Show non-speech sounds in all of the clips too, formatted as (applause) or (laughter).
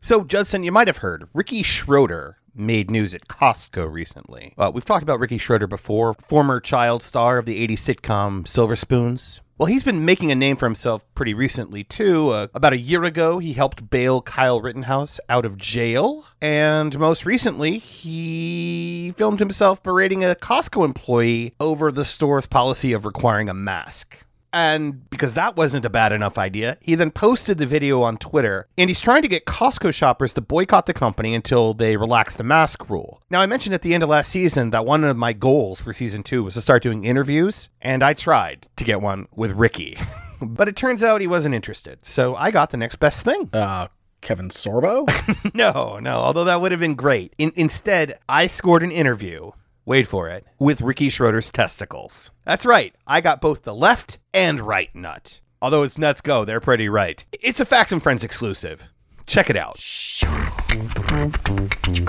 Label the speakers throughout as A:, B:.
A: So, Judson, you might have heard Ricky Schroeder made news at Costco recently. Uh, we've talked about Ricky Schroeder before, former child star of the 80s sitcom Silver Spoons. Well, he's been making a name for himself pretty recently, too. Uh, about a year ago, he helped bail Kyle Rittenhouse out of jail. And most recently, he filmed himself berating a Costco employee over the store's policy of requiring a mask. And because that wasn't a bad enough idea, he then posted the video on Twitter and he's trying to get Costco shoppers to boycott the company until they relax the mask rule. Now, I mentioned at the end of last season that one of my goals for season two was to start doing interviews, and I tried to get one with Ricky. (laughs) But it turns out he wasn't interested, so I got the next best thing.
B: Uh, Kevin Sorbo?
A: (laughs) No, no, although that would have been great. In- instead, I scored an interview, wait for it, with Ricky Schroeder's testicles. That's right, I got both the left and right nut. Although his nuts go, they're pretty right. It's a Facts and Friends exclusive. Check it out.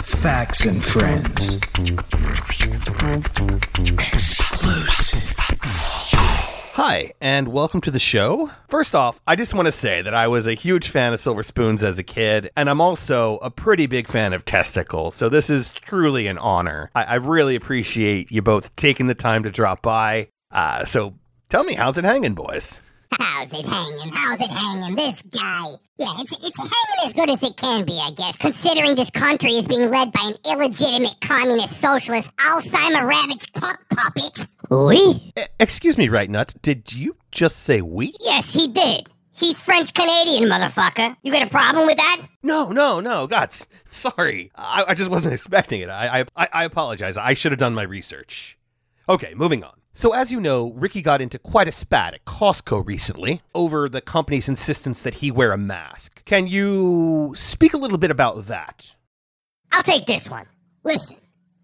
C: Facts and Friends. Exclusive.
A: Hi, and welcome to the show. First off, I just want to say that I was a huge fan of Silver Spoons as a kid, and I'm also a pretty big fan of testicles, so this is truly an honor. I, I really appreciate you both taking the time to drop by. Uh, so tell me, how's it hanging, boys?
D: How's it hanging? How's it hanging? This guy. Yeah, it's, it's hanging as good as it can be, I guess, considering this country is being led by an illegitimate communist socialist Alzheimer ravaged cuck puppet. Oui?
A: E- Excuse me, Right Nut. Did you just say we?
D: Yes, he did. He's French Canadian, motherfucker. You got a problem with that?
A: No, no, no. God, s- sorry. I, I just wasn't (laughs) expecting it. I, I, I apologize. I should have done my research. Okay, moving on. So, as you know, Ricky got into quite a spat at Costco recently over the company's insistence that he wear a mask. Can you speak a little bit about that?
D: I'll take this one. Listen,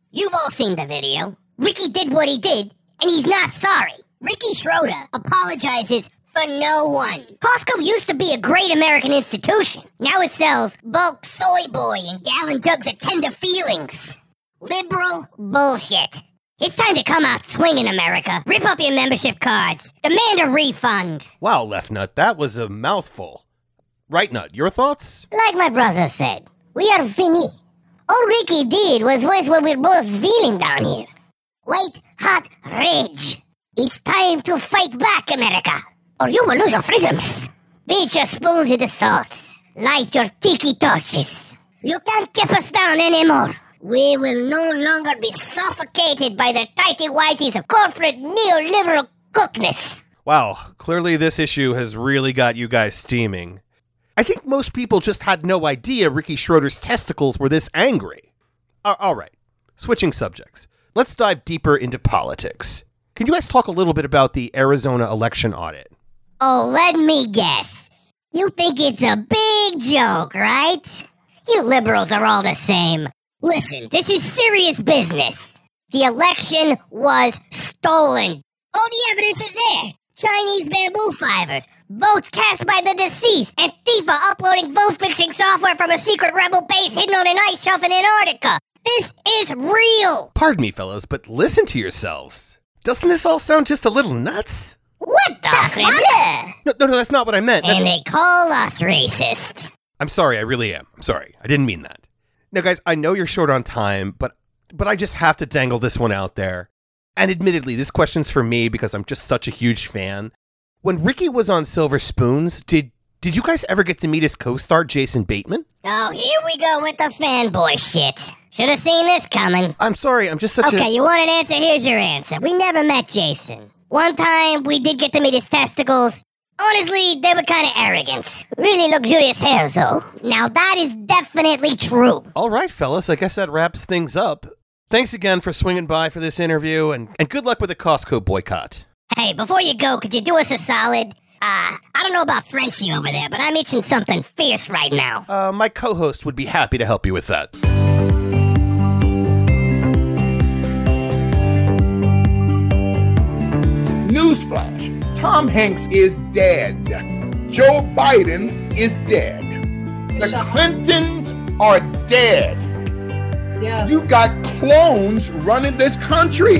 D: you've all seen the video. Ricky did what he did, and he's not sorry. Ricky Schroeder apologizes for no one. Costco used to be a great American institution. Now it sells bulk soy boy and gallon jugs of tender feelings. Liberal bullshit. It's time to come out swinging, America. Rip up your membership cards. Demand a refund.
A: Wow, Left Nut, that was a mouthful. Right Nut, your thoughts?
D: Like my brother said, we are fini. All Ricky did was voice what we're both feeling down here. White hot rage. It's time to fight back, America, or you will lose your freedoms. Beat your spoons into swords. Light your tiki torches. You can't keep us down anymore. We will no longer be suffocated by the tighty whities of corporate neoliberal cookness.
A: Wow, clearly this issue has really got you guys steaming. I think most people just had no idea Ricky Schroeder's testicles were this angry. A- all right, switching subjects. Let's dive deeper into politics. Can you guys talk a little bit about the Arizona election audit?
D: Oh, let me guess. You think it's a big joke, right? You liberals are all the same. Listen, this is serious business. The election was stolen. All the evidence is there. Chinese bamboo fibers, votes cast by the deceased, Antifa uploading vote fixing software from a secret rebel base hidden on an ice shelf in Antarctica. This is real.
A: Pardon me, fellas, but listen to yourselves. Doesn't this all sound just a little nuts?
D: What the fuck?
A: No, no, no, that's not what I meant. That's-
D: And they call us racist.
A: I'm sorry, I really am. I'm sorry. I didn't mean that. Now guys, I know you're short on time, but but I just have to dangle this one out there. And admittedly, this question's for me because I'm just such a huge fan. When Ricky was on Silver Spoons, did did you guys ever get to meet his co-star Jason Bateman?
D: Oh, here we go with the fanboy shit. Should have seen this coming.
A: I'm sorry, I'm just such
D: Okay,
A: a
D: you want an answer? Here's your answer. We never met Jason. One time, we did get to meet his testicles. Honestly, they were kind of arrogant. Really luxurious hair, though. Now, that is definitely true.
A: All right, fellas, I guess that wraps things up. Thanks again for swinging by for this interview and and good luck with the Costco boycott.
D: Hey, before you go, could you do us a solid? Uh, I don't know about Frenchie over there, but I'm itching something fierce right now.
A: Uh, my co-host would be happy to help you with that.
E: Newsflash Tom Hanks is dead. Joe Biden is dead. The Clintons are dead. You got clones running this country.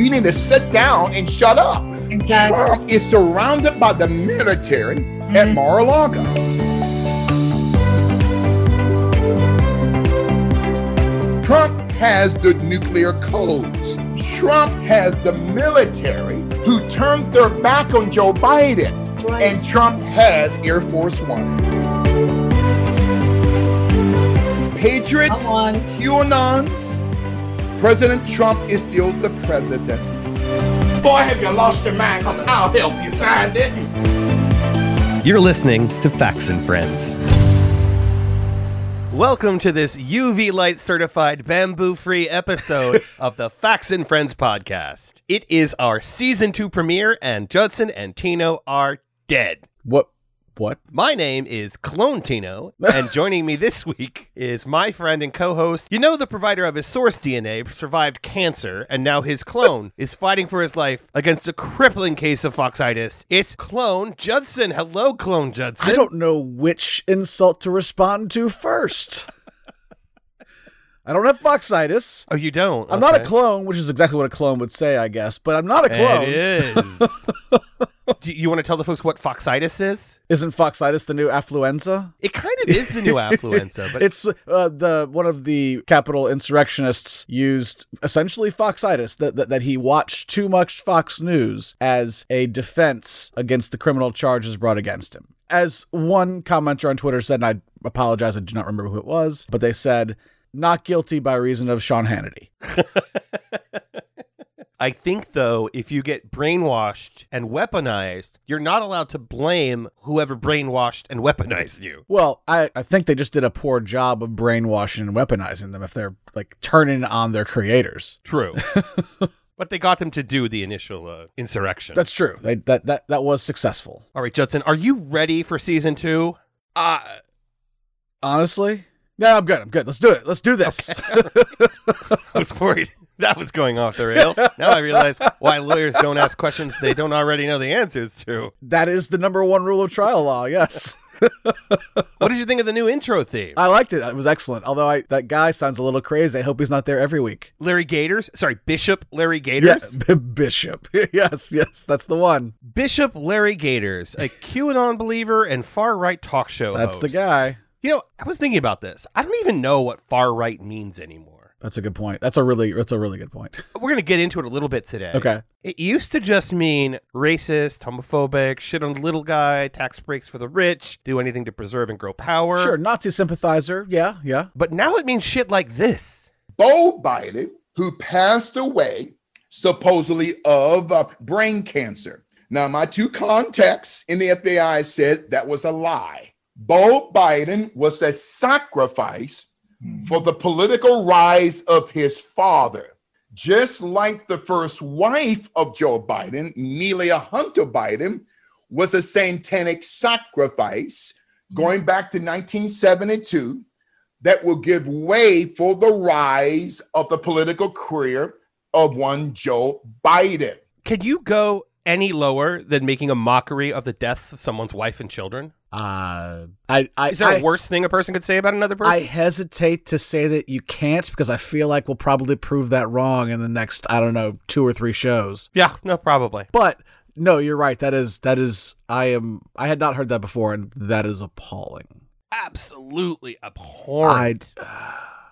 E: You need to sit down and shut up.
F: Exactly.
E: Trump is surrounded by the military at Mar a Lago. Trump has the nuclear codes. Trump has the military who turned their back on Joe Biden. And Trump has Air Force One. Patriots,
F: Come on.
E: QAnons, President Trump is still the president.
G: Boy, have you lost your mind, because I'll help you find it.
A: You're listening to Facts and Friends. Welcome to this UV light certified bamboo free episode of the Facts and Friends podcast. It is our season two premiere, and Judson and Tino are dead.
B: What? What?
A: My name is Clone Tino, and joining me this week is my friend and co host. You know, the provider of his source DNA survived cancer, and now his clone is fighting for his life against a crippling case of foxitis. It's Clone Judson. Hello, Clone Judson.
B: I don't know which insult to respond to first. I don't have foxitis.
A: Oh, you don't?
B: I'm not a
A: Okay.
B: clone, which is exactly what a clone would say, I guess, but I'm not a clone.
A: It is. (laughs) Do you want to tell the folks what foxitis is?
B: Isn't foxitis the new affluenza?
A: It kind of is
B: (laughs)
A: the new affluenza, but
B: it's uh, the one of the capital insurrectionists used essentially foxitis that, that that he watched too much Fox News as a defense against the criminal charges brought against him. As one commenter on Twitter said, and I apologize, I do not remember who it was, but they said not guilty by reason of Sean Hannity.
A: I think though, if you get brainwashed and weaponized, you're not allowed to blame whoever brainwashed and weaponized you.
B: Well, I, I think they just did a poor job of brainwashing and weaponizing them if they're like turning on their creators. (laughs)
A: True. but they got them to do the initial uh, insurrection.
B: That's true. They, that, that that was successful.
A: All right, Judson, are you ready for season
B: (laughs)
A: two?
B: Uh, honestly, no, I'm good. I'm good. Let's do it. Let's do this.
A: I was worried. That was going off the rails. Now I realize why lawyers don't ask questions they don't already know the answers to.
B: (laughs) that is the number one rule of trial law. Yes,
A: What did you think of the new intro theme?
B: I liked it. It was excellent. Although I, that guy sounds a little crazy. I hope he's not there every week.
A: Larry Gators, sorry, Bishop Larry Gators.
B: Yeah, (laughs) Bishop. yes, yes, that's the one.
A: Bishop Larry Gators,
B: (laughs)
A: a QAnon believer and far right talk show.
B: That's the
A: host.
B: guy.
A: You know, I was thinking about this. I don't even know what far right means anymore.
B: That's a good point. That's a really, that's a really good point.
A: We're going to get into it a little bit today.
B: Okay.
A: It used to just mean racist, homophobic, shit on the little guy, tax breaks for the rich, do anything to preserve and grow power.
B: Sure, Nazi sympathizer. Yeah, yeah.
A: But now it means shit like this.
E: Bo Biden, who passed away supposedly of uh, brain cancer. Now, my two contacts in the FBI said that was a lie. Bo Biden was a sacrifice for the political rise of his father. Just like the first wife of Joe Biden, Nelia Hunter Biden, was a satanic sacrifice going back to 1972 that will give way for the rise of the political career of one Joe Biden.
A: Can you go any lower than making a mockery of the deaths of someone's wife and children?
B: Uh, I, I,
A: Is there
B: I,
A: a worse thing a person could say about another person?
B: I hesitate to say that you can't because I feel like we'll probably prove that wrong in the next, I don't know, two or three shows.
A: yeah, no, probably.
B: But no, you're right. That is that is I am I had not heard that before and that is appalling.
A: Absolutely abhorrent.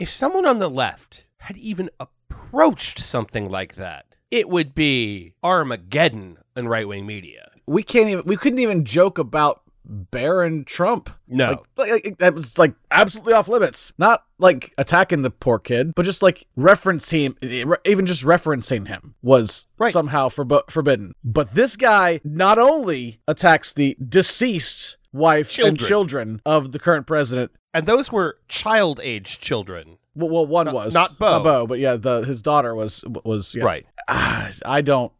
A: if someone on the left had even approached something like that, it would be Armageddon in right wing media.
B: We can't even we couldn't even joke about Baron Trump.
A: No.
B: Like, like, like, that was like absolutely off limits. Not like attacking the poor kid, but just like referencing him, even just referencing him was
A: Right.
B: somehow forb- forbidden. But this guy not only attacks the deceased wife and
A: Children.
B: children of the current president,
A: and those were child age children.
B: well, well one
A: Not-
B: was
A: not Beau.
B: not Beau, but yeah, the his daughter was was yeah.
A: Right.
B: Ah, I don't.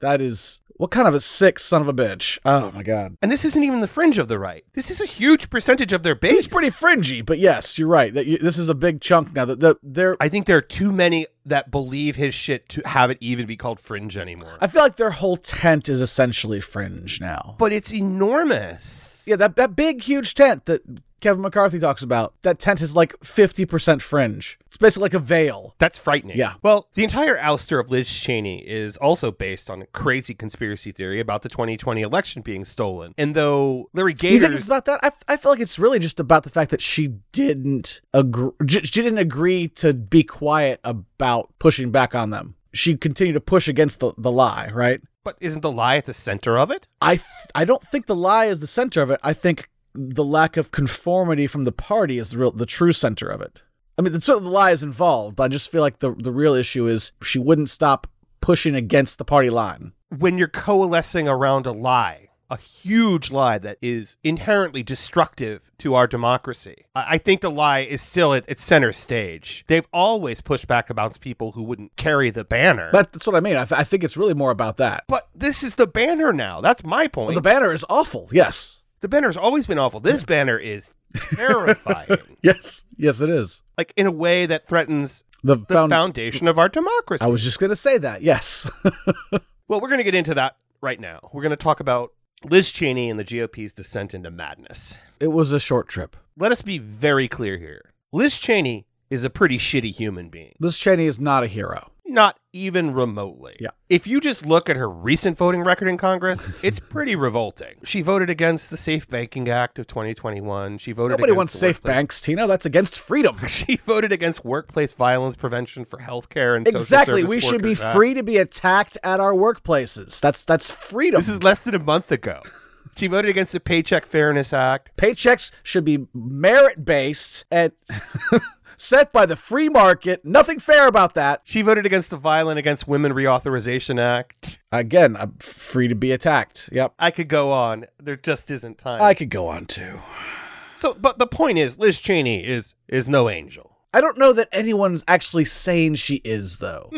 B: That is what kind of a sick son of a bitch. Oh my god,
A: And this isn't even the fringe of the right. This is a huge percentage of their base.
B: he's pretty fringy, but yes, you're right. That you, this is a big chunk now. That that they're.
A: I think there are too many that believe his shit to have it even be called fringe anymore.
B: I feel like their whole tent is essentially fringe now.
A: but it's enormous.
B: Yeah, that that big huge tent that Kevin McCarthy talks about. That tent is like 50% fringe. It's basically like a veil.
A: That's frightening.
B: Yeah.
A: Well, the entire ouster of Liz Cheney is also based on a crazy conspiracy theory about the 2020 election being stolen. And though Larry Gators,
B: You think it's about that? I, I feel like it's really just about the fact that she didn't agree. She didn't agree to be quiet about pushing back on them. She continued to push against the, the lie, right?
A: but isn't the lie at the center of it?
B: I th- I don't think the lie is the center of it. I think the lack of conformity from the party is the real the true center of it. I mean, so the lie is involved, but I just feel like the the real issue is she wouldn't stop pushing against the party line.
A: When you're coalescing around a lie, a huge lie that is inherently destructive to our democracy, I, I think the lie is still at, at center stage. They've always pushed back about people who wouldn't carry the banner.
B: That, that's what I mean. I, th- I think it's really more about that.
A: But this is the banner now. That's my
B: Well,
A: point.
B: the banner is awful. Yes,
A: the banner's always been awful. This banner is
B: (laughs)
A: terrifying.
B: yes, yes, it is
A: like in a way that threatens
B: the,
A: the
B: found-
A: foundation of our democracy.
B: I was just gonna say that. Yes,
A: well, we're going to get into that right now. We're going to talk about Liz Cheney and the GOP's descent into madness.
B: (laughs) it was a short trip.
A: Let us be very clear here. Liz Cheney is a pretty shitty human being,
B: This Cheney is not a hero.
A: not even remotely.
B: Yeah.
A: If you just look at her recent voting record in
B: (laughs)
A: Congress, it's pretty revolting. She voted against the Safe Banking Act of 2021. She voted
B: Nobody
A: against
B: wants
A: the
B: safe
A: workplace-
B: banks, Tina. That's
A: (laughs)
B: against freedom.
A: She voted against workplace violence prevention for healthcare and social
B: Exactly.
A: service
B: We should be
A: workers act.
B: free to be attacked at our workplaces. That's that's freedom.
A: This is less than a month ago. She voted against the Paycheck Fairness Act.
B: Paychecks should be merit based and (laughs) set by the free market. Nothing fair about that.
A: She voted against the Violent Against Women Reauthorization Act.
B: Again, I'm free to be attacked. Yep.
A: I could go on. There just isn't time.
B: I could go on too.
A: so, but the point is, Liz Cheney is is no angel.
B: I don't know that anyone's actually saying she is, though.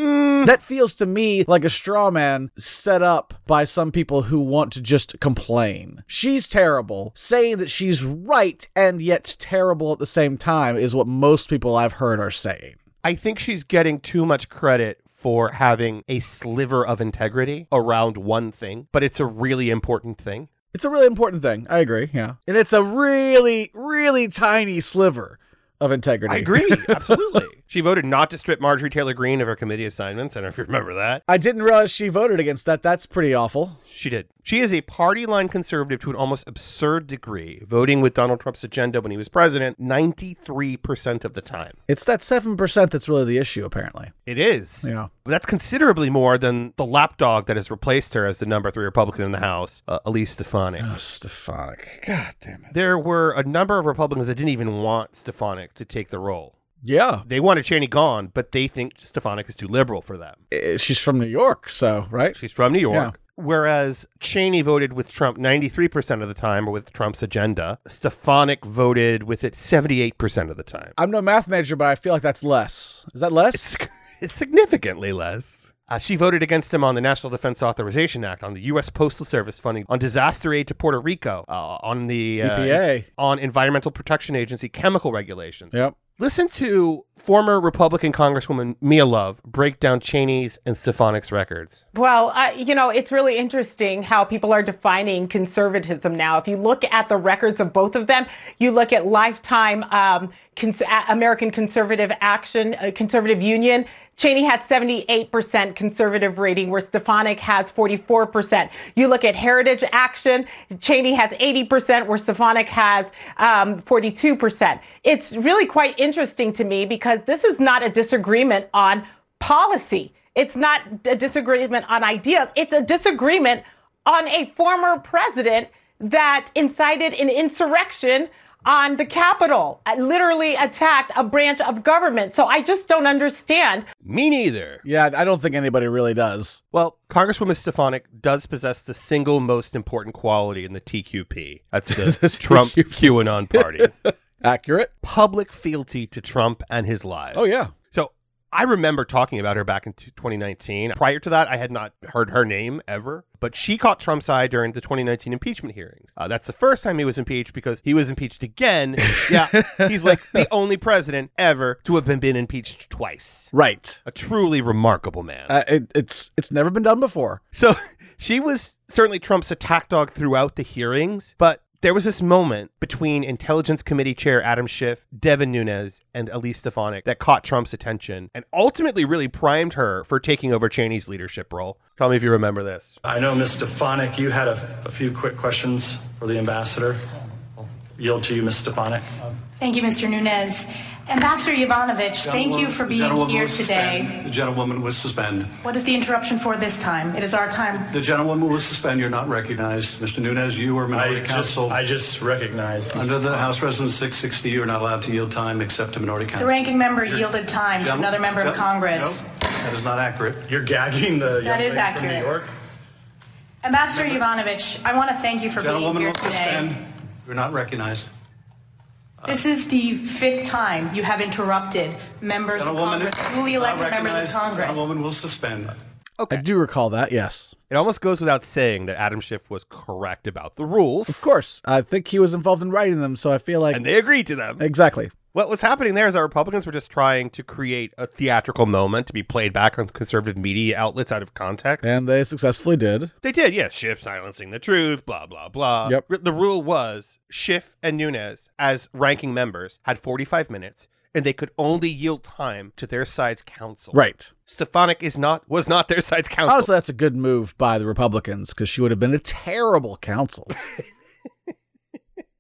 B: That feels to me like a straw man set up by some people who want to just complain. She's terrible. Saying that she's right and yet terrible at the same time is what most people I've heard are saying.
A: I think she's getting too much credit for having a sliver of integrity around one thing, but it's a really important thing.
B: It's a really important thing. I agree. Yeah. And it's a really, really tiny sliver of integrity.
A: I agree, absolutely. She voted not to strip Marjorie Taylor Greene of her committee assignments. I don't know if you remember that.
B: I didn't realize she voted against that. That's pretty awful.
A: She did. She is a party line conservative to an almost absurd degree, voting with Donald Trump's agenda when he was president 93% of the time.
B: It's that 7% that's really the issue, apparently.
A: It is.
B: Yeah.
A: That's considerably more than the lapdog that has replaced her as the number three Republican in the House, uh, Elise Stefanik.
B: Stefanik. God damn it.
A: There were a number of Republicans that didn't even want Stefanik to take the role.
B: Yeah.
A: They wanted Cheney gone, but they think Stefanik is too liberal for them.
B: Uh, she's from New York, so right.
A: She's from New York.
B: Yeah.
A: Whereas Cheney voted with Trump 93% of the time or with Trump's agenda, Stefanik voted with it 78% of the time.
B: I'm no math major, but I feel like that's less. Is that less?
A: It's, it's significantly less. Uh, she voted against him on the National Defense Authorization Act, on the U.S. Postal Service funding, on disaster aid to Puerto Rico, uh, on the uh,
B: EPA.
A: on Environmental Protection Agency chemical regulations.
B: Yep.
A: Listen to former Republican Congresswoman Mia Love break down Cheney's and Stefanik's records.
F: Well, I, you know, it's really interesting how people are defining conservatism now. If you look at the records of both of them, you look at lifetime um, cons- a- American Conservative Action, uh, Conservative Union. Cheney has 78% conservative rating, where Stefanik has 44%. You look at Heritage Action, Cheney has 80%, where Stefanik has um, 42%. It's really quite interesting to me because this is not a disagreement on policy. It's not a disagreement on ideas. It's a disagreement on a former president that incited an insurrection on the Capitol, uh, literally attacked a branch of government. So I just don't understand
A: Me neither.
B: Yeah, I don't think anybody really does.
A: Well, Congresswoman Stefanik does possess the single most important quality in the TQP. That's
B: (laughs)
A: the Trump QAnon party.
B: Accurate.
A: public fealty to Trump and his lies.
B: Oh, yeah.
A: So I remember talking about her back in t- 2019. Prior to that, I had not heard her name ever, but she caught Trump's eye during the 2019 impeachment hearings. Uh, that's the first time he was impeached because he was impeached
B: (laughs)
A: again. yeah, he's like the only president ever to have been, been impeached twice.
B: Right.
A: A truly remarkable man.
B: Uh, it, it's it's never
A: (laughs)
B: been done before.
A: So she was certainly Trump's attack dog throughout the hearings, but There was this moment between Intelligence Committee Chair Adam Schiff, Devin Nunes, and Elise Stefanik that caught Trump's attention and ultimately really primed her for taking over Cheney's leadership role. Tell me if you remember this.
H: I know, Ms. Stefanik, you had a, a few quick questions for the ambassador. I'll yield to you, Ms. Stefanik.
I: Thank you, Mr. Nunez. Ambassador Yovanovitch, thank you for
H: The
I: being
H: gentlewoman
I: here
H: will suspend.
I: today.
H: The gentlewoman was suspended.
I: What is the interruption for this time? It is our time.
H: The gentlewoman was suspended. You're not recognized. Mr. Nunes, you are minority counsel. I just recognized. Under the House Resolution 660, you're not allowed to yield time except to minority
I: The
H: counsel.
I: ranking member yielded time to
H: Gentle-
I: another member of
H: gentle-
I: Congress.
H: Nope, that is not accurate. You're gagging the
I: That is accurate. Ambassador Yovanovitch, I want to thank you for being
H: Gentlewoman
I: here
H: will
I: today.
H: suspend. You're not recognized. uh,
I: This is the fifth time you have interrupted members of
H: Gentlewoman,
I: Congress, duly
H: not
I: elected members of
H: recognized.
I: Congress.
H: Gentlewoman will suspend.
B: I do recall that, yes.
A: It almost goes without saying that Adam Schiff was correct about the rules.
B: Of course. I think he was involved in writing them, so I feel like.
A: And they agreed to them.
B: exactly.
A: What was happening there is that Republicans were just trying to create a theatrical moment to be played back on conservative media outlets out of context.
B: And they successfully did.
A: They did, yes. Schiff silencing the truth, blah, blah, blah.
B: Yep.
A: R- The rule was Schiff and Nunes, as ranking members, had 45 minutes and they could only yield time to their side's counsel.
B: Right.
A: Stefanik is not was not their side's counsel.
B: Honestly, that's a good move by the Republicans because she would have been a terrible
A: (laughs)
B: counsel.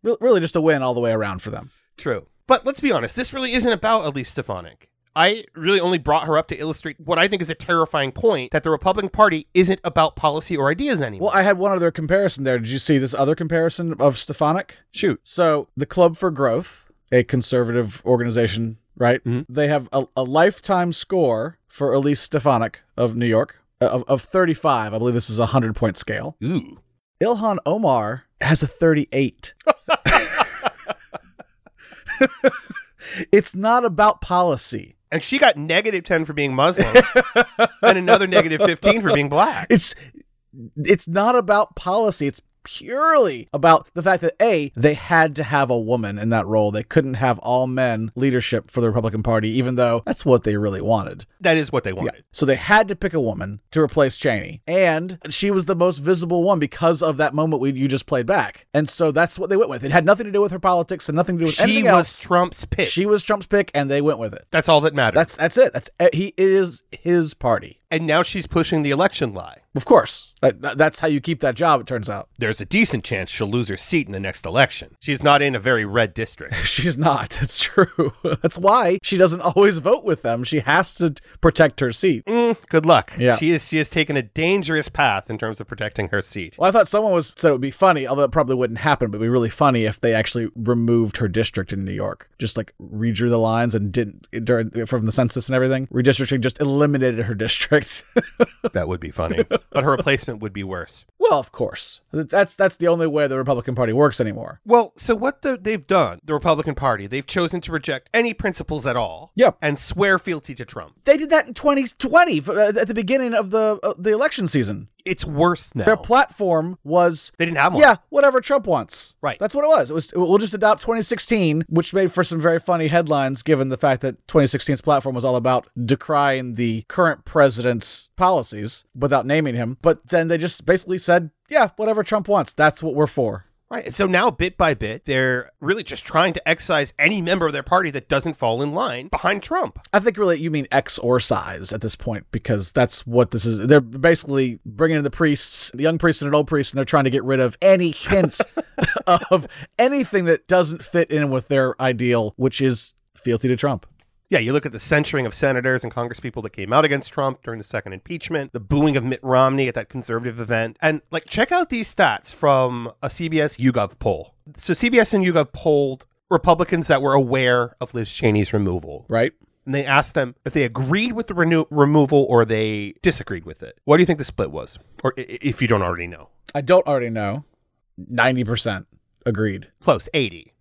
B: Re- really, just a win all the way around for them.
A: True. But let's be honest, this really isn't about Elise Stefanik. I really only brought her up to illustrate what I think is a terrifying point that the Republican Party isn't about policy or ideas anymore.
B: Well, I had one other comparison there. Did you see this other comparison of Stefanik?
A: Shoot.
B: So, the Club for Growth, a conservative organization, right? They have a, a lifetime score for Elise Stefanik of New York uh, of, of 35. I believe this is a 100 point scale.
A: Ooh.
B: Ilhan Omar has a 38. (laughs) it's not about policy.
A: And she got negative 10 for being Muslim and another negative 15 for being black.
B: It's it's not about policy. It's purely about the fact that a they had to have a woman in that role. They couldn't have all men leadership for the Republican Party even though that's what they really wanted.
A: That is what they wanted.
B: So they had to pick a woman to replace Cheney. And she was the most visible one because of that moment we you just played back. And so that's what they went with. It had nothing to do with her politics and nothing to do with
A: She
B: anything
A: was
B: else.
A: Trump's pick.
B: She was Trump's pick and they went with it.
A: That's all that mattered.
B: That's that's it. That's he it is his party.
A: and now she's pushing the election lie.
B: Of course. That, that- that's how you keep that job it turns out.
A: There's a decent chance she'll lose her seat in the next election. She's not in a very red district. (laughs)
B: She's not. (laughs) That's true. That's why she doesn't always vote with them. She has to protect her seat.
A: Mm, good luck.
B: Yeah.
A: She is she has taken a dangerous path in terms of protecting her seat.
B: Well, I thought someone was said it would be funny, although it probably wouldn't happen, but it'd be really funny if they actually removed her district in New York. Just like redrew the lines and didn't during from the census and everything. Redistricting just eliminated her (laughs) district.
A: That would be (laughs) funny. but her replacement would be worse.
B: well, of course. That's that's the only way the Republican Party works anymore.
A: Well, so what the, they've done, the Republican Party, they've chosen to reject any principles at all.
B: Yep.
A: And swear fealty to Trump.
B: They did that in 2020 f- uh, at the beginning of the uh, the election season.
A: It's worse now.
B: Their platform was
A: they didn't have one.
B: yeah, whatever Trump wants.
A: Right.
B: That's what it was. It was we'll just adopt 2016, which made for some very funny headlines given the fact that 2016's platform was all about decrying the current president's policies without naming him. But then they just basically said, yeah, whatever Trump wants, that's what we're for.
A: Right. And so now, bit by bit, they're really just trying to excise any member of their party that doesn't fall in line behind Trump.
B: I think really you mean X or size at this point because that's what this is. They're basically bringing in the priests, the young priest and an old priest, and they're trying to get rid of any (laughs) hint of anything that doesn't fit in with their ideal, which is fealty to Trump.
A: Yeah, you look at the censuring of senators and congresspeople that came out against Trump during the second impeachment, the booing of Mitt Romney at that conservative event. And like check out these stats from a CBS YouGov poll. So CBS and YouGov polled Republicans that were aware of Liz Cheney's removal.
B: Right?
A: And they asked them if they agreed with the renew- removal or they disagreed with it. What do you think the split was? Or i- i- if you don't already know.
B: I don't already know. 90% agreed.
A: Close, 80.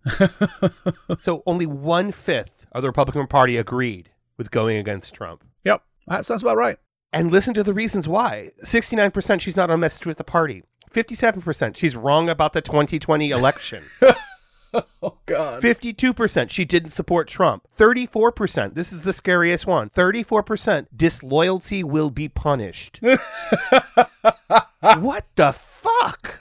A: so only one fifth of the Republican Party agreed with going against Trump.
B: Yep. That sounds about right.
A: And listen to the reasons why 69% she's not on message with the party, 57% she's wrong about the 2020 election.
B: Oh, God.
A: 52% she didn't support Trump. 34%, this is the scariest one. 34% disloyalty will be punished. what the fuck?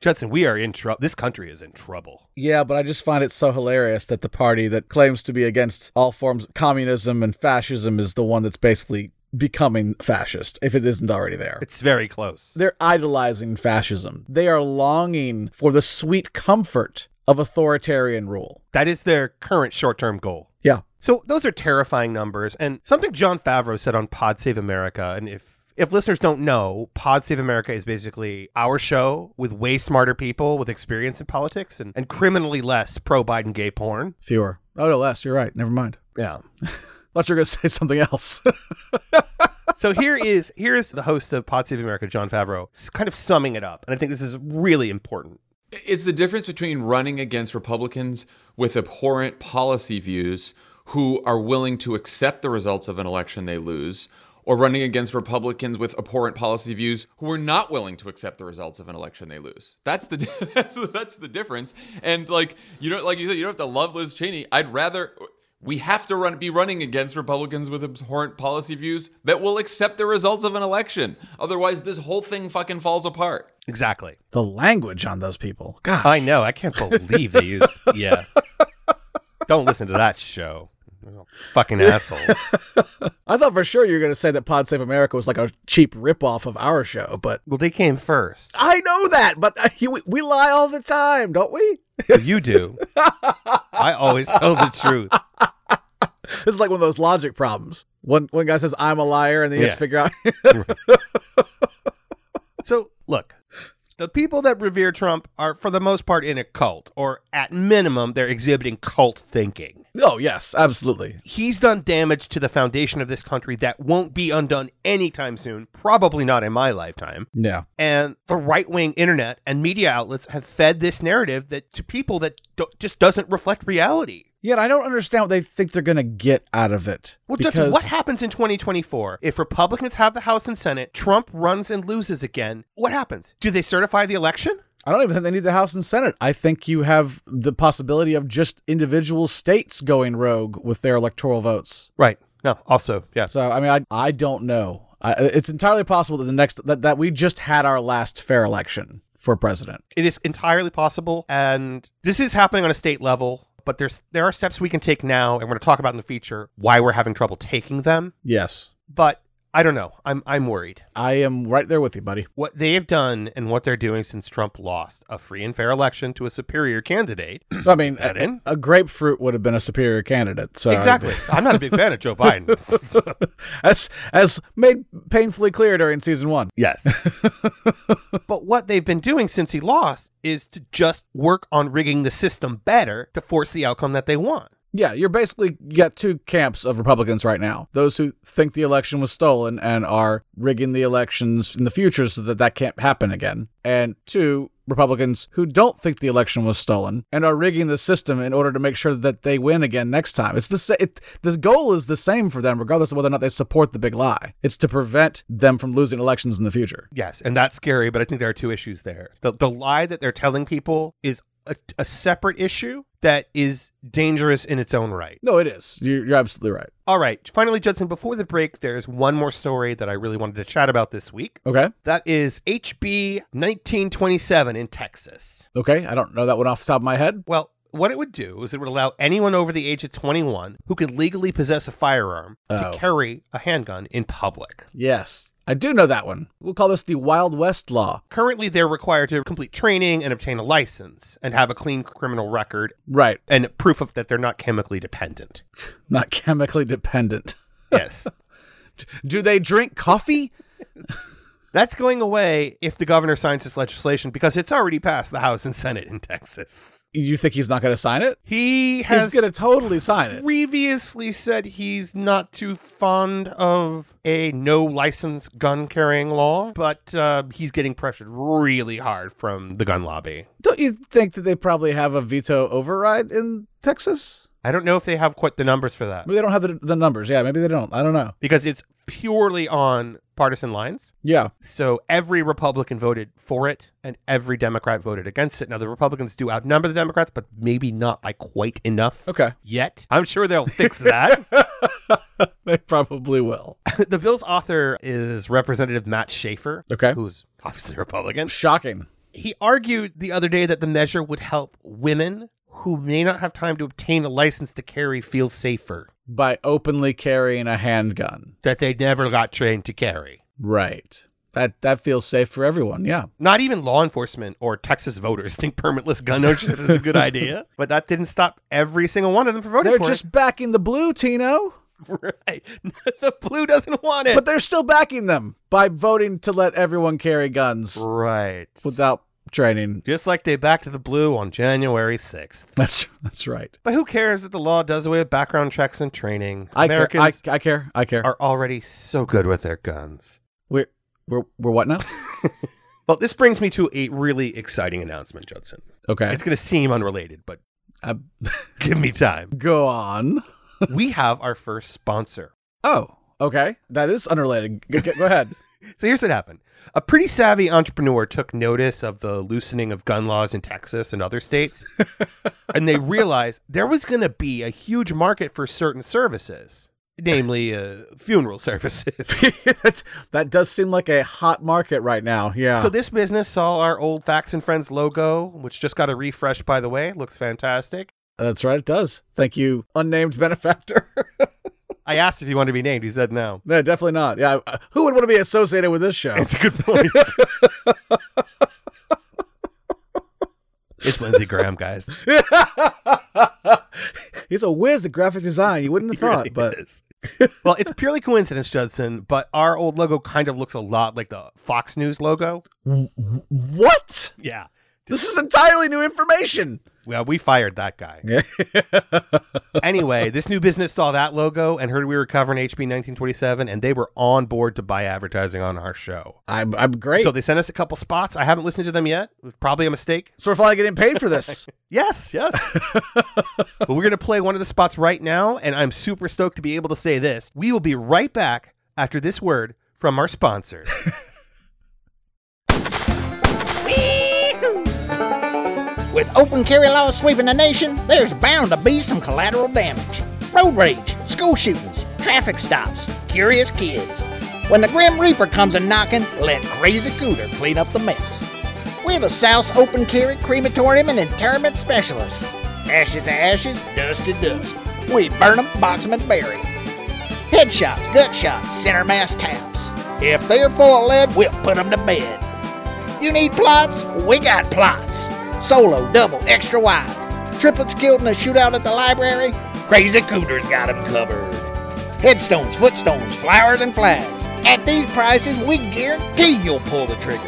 A: Judson, we are in trouble. This country is in trouble.
B: Yeah, but I just find it so hilarious that the party that claims to be against all forms of communism and fascism is the one that's basically becoming fascist, if it isn't already there.
A: It's very close.
B: They're idolizing fascism. They are longing for the sweet comfort of authoritarian rule.
A: That is their current short term goal.
B: Yeah.
A: So those are terrifying numbers. And something John Favreau said on Pod Save America, and if if listeners don't know, Pod Save America is basically our show with way smarter people with experience in politics and, and criminally less pro Biden gay porn.
B: Fewer. Oh, no, less. You're right. Never mind.
A: Yeah.
B: (laughs) Thought you were going to say something else. (laughs)
A: so here is here is the host of Pod Save America, John Favreau, s- kind of summing it up. And I think this is really important.
J: It's the difference between running against Republicans with abhorrent policy views who are willing to accept the results of an election they lose, or running against Republicans with abhorrent policy views who are not willing to accept the results of an election they lose. That's the (laughs) that's, that's the difference. And like you don't like you said, you don't have to love Liz Cheney. I'd rather we have to run be running against Republicans with abhorrent policy views that will accept the results of an election. Otherwise, this whole thing fucking falls apart.
A: Exactly.
B: the language on those people. God.
A: I know. I can't believe they use. Yeah. Don't listen to that show. Fucking asshole.
B: I thought for sure you were going to say that Pod Save America was like a cheap ripoff of our show, but
A: Well, they came first.
B: I (laughs) know that, but we, we lie all the time, don't we?
A: You do. I always tell the truth.
B: This is like one of those logic problems. One one guy says I'm a liar, and then you have
A: Yeah.
B: to figure out. (laughs)
A: So, look, the people that revere Trump are, for the most part, in a cult, or at minimum, they're exhibiting cult thinking.
B: oh yes, absolutely.
A: He's done damage to the foundation of this country that won't be undone anytime soon, probably not in my lifetime.
B: Yeah,
A: And the right wing internet and media outlets have fed this narrative that to people that do- just doesn't reflect reality.
B: yet I don't understand what they think they're going to get out of it.
A: Well,
B: because
A: Justin, what happens in 2024 if Republicans have the House and Senate, Trump runs and loses again? What happens? Do they certify the election?
B: I don't even think they need the House and Senate. I think you have the possibility of just individual states going rogue with their electoral votes.
A: Right. No. Also, yes.
B: So I mean, I I don't know. I, it's entirely possible that the next that, that we just had our last fair election for president.
A: It is entirely possible, and this is happening on a state level. But there's there are steps we can take now, and we're going to talk about in the future why we're having trouble taking them.
B: Yes,
A: But I don't know. I'm I'm worried.
B: I am right there with you, buddy.
A: What they have done and what they're doing since Trump lost a free and fair election to a superior candidate.
B: I mean,
A: That
B: a,
A: in?
B: a grapefruit would have been a superior candidate. So
A: exactly. I'm not a big fan of Joe
B: (laughs)
A: Biden.
B: as as made painfully clear during season one.
A: Yes. but what they've been doing since he lost is to just work on rigging the system better to force the outcome that they want.
B: Yeah, you're basically you got two camps of Republicans right now: those who think the election was stolen and are rigging the elections in the future so that that can't happen again, and two. Republicans who don't think the election was stolen and are rigging the system in order to make sure that they win again next time. It's the sa- it, the goal is the same for them, regardless of whether or not they support the big lie. It's to prevent them from losing elections in the future.
A: Yes, and that's scary, but I think there are two issues there. The the lie that they're telling people is a, a separate issue that is dangerous in its own right.
B: No, it is. You're, you're absolutely right.
A: All right, finally Judson, before the break there's one more story that I really wanted to chat about this week.
B: Okay.
A: That is HB 1927 in Texas.
B: Okay. I don't know that one off the top of my head.
A: Well, what it would do is it would allow anyone over the age of 21 who could legally possess a firearm
B: Oh.
A: to carry a handgun in public.
B: Yes. I do know that one. We'll call this the Wild West Law.
A: Currently, they're required to complete training and obtain a license and have a clean criminal record
B: Right.
A: and proof of that they're not chemically
B: (laughs)
A: dependent.
B: Not chemically dependent.
A: Yes.
B: Do they drink coffee?
A: That's going away if the governor signs this legislation because it's already passed the House and Senate in Texas.
B: You think he's not going to sign it?
A: He has
B: he's going to totally sign it.
A: previously said he's not too fond of a no license gun carrying law, but uh, he's getting pressured really hard from the gun lobby.
B: Don't you think that they probably have a veto override in Texas?
A: I don't know if they have quite the numbers for that
B: Maybe they don't have the, the numbers. Yeah, maybe they don't. I don't know.
A: because it's purely on partisan lines.
B: Yeah.
A: So every Republican voted for it and every Democrat voted against it. Now, the Republicans do outnumber the Democrats, but maybe not by quite enough
B: Okay.
A: yet. I'm sure they'll fix
B: (laughs)
A: that.
B: They probably will.
A: the bill's author is Representative Matt Schaefer,
B: Okay.
A: who's obviously Republican.
B: Shocking.
A: He argued the other day that the measure would help women who may not have time to obtain a license to carry feel safer,
B: by openly carrying a handgun.
A: that they never got trained to carry.
B: Right. That that feels safe for everyone. Yeah.
A: Not even law enforcement or Texas voters (laughs) think permitless gun ownership is a good idea, but that didn't stop every single one of them from voting
B: They're
A: for
B: just backing the blue, Tino,
A: it. (laughs) Right. the blue doesn't want it.
B: but they're still backing them by voting to let everyone carry guns
A: right.
B: without training. (laughs)
A: Just like they backed the blue on January 6th.
B: That's that's right.
A: But who cares that the law does away with background checks and training?
B: I care. I,
A: Americans
B: I care. I care.
A: are already so good with their guns.
B: We're we're we're (laughs) what now?
A: Well, this brings me to a really exciting announcement, Judson.
B: Okay.
A: It's going to seem unrelated, but
B: Uh,
A: (laughs) give me
B: (laughs)
A: time.
B: go on.
A: we have our first sponsor.
B: Oh, okay. That is unrelated. Go, go go ahead.
A: So here's what happened. A pretty savvy entrepreneur took notice of the loosening of gun laws in Texas and other
B: (laughs)
A: states, and they realized there was going to be a huge market for certain services, namely uh, funeral
B: (laughs)
A: services.
B: That's- (laughs) that does seem like a hot market right now. Yeah.
A: So this business saw our old Facts and Friends logo, which just got a refresh, by the way. Looks fantastic.
B: That's right. It does. Thank you, unnamed (laughs) benefactor.
A: I asked if he wanted to be named. He said no.
B: no, definitely not. Yeah. uh, Who would want to be associated with this (laughs) show?
A: That's a good point. it's Lindsey Graham, (laughs) guys.
B: He's a whiz at graphic design. You wouldn't have
A: He
B: thought,
A: really
B: but
A: is. well, it's purely coincidence, Judson. But our old logo kind of looks a lot like the Fox News logo.
B: what?
A: Yeah.
B: This is entirely new information.
A: Well, we fired that guy. anyway, this new business saw that logo and heard we were covering HB 1927, and they were on board to buy advertising on our show.
B: I'm I'm great.
A: So
B: So,
A: they sent us a couple spots. I haven't listened to them yet. It was Probably a mistake.
B: we're finally getting paid for (laughs) this.
A: Yes, (laughs) yes. but we're going to play one of the spots right now, and I'm super stoked to be able to say this. We will be right back after this word from our (laughs) sponsor.
K: With open carry laws sweeping the nation, there's bound to be some collateral damage. Road rage, school shootings, traffic stops, curious kids. When the Grim Reaper comes a knocking, let Crazy Cooter clean up the mess. We're the South's Open Carry Crematorium and Interment Specialists. Ashes to ashes, dust to dust. We burn 'em, box 'em, and bury 'em. Headshots, gut shots, center mass taps. If they're full of lead, we'll put 'em to bed. You need plots? We got plots. Solo, double, extra wide. Triplets killed in a shootout at the library? Crazy Cooter's got 'em covered. Headstones, footstones, flowers, and flags. At these prices, we guarantee you'll pull the trigger.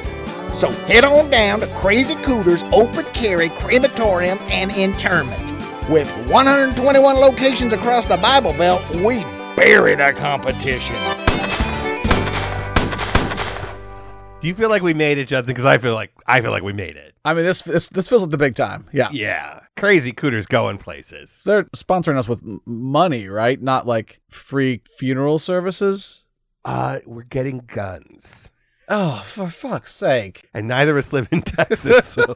K: So head on down to Crazy Cooter's Open Carry Crematorium and Interment. With 121 locations across the Bible Belt, we bury the competition.
A: Do you feel like we made it, Judson? Because I feel like I feel like we made it.
B: I mean, this this, this feels like the big time. Yeah.
A: Yeah, crazy cooters going places.
B: So they're sponsoring us with m- money, right? Not like free funeral services.
A: Uh, we're getting guns,
B: Oh, for fuck's sake!
A: and neither of us live (laughs) in Texas. So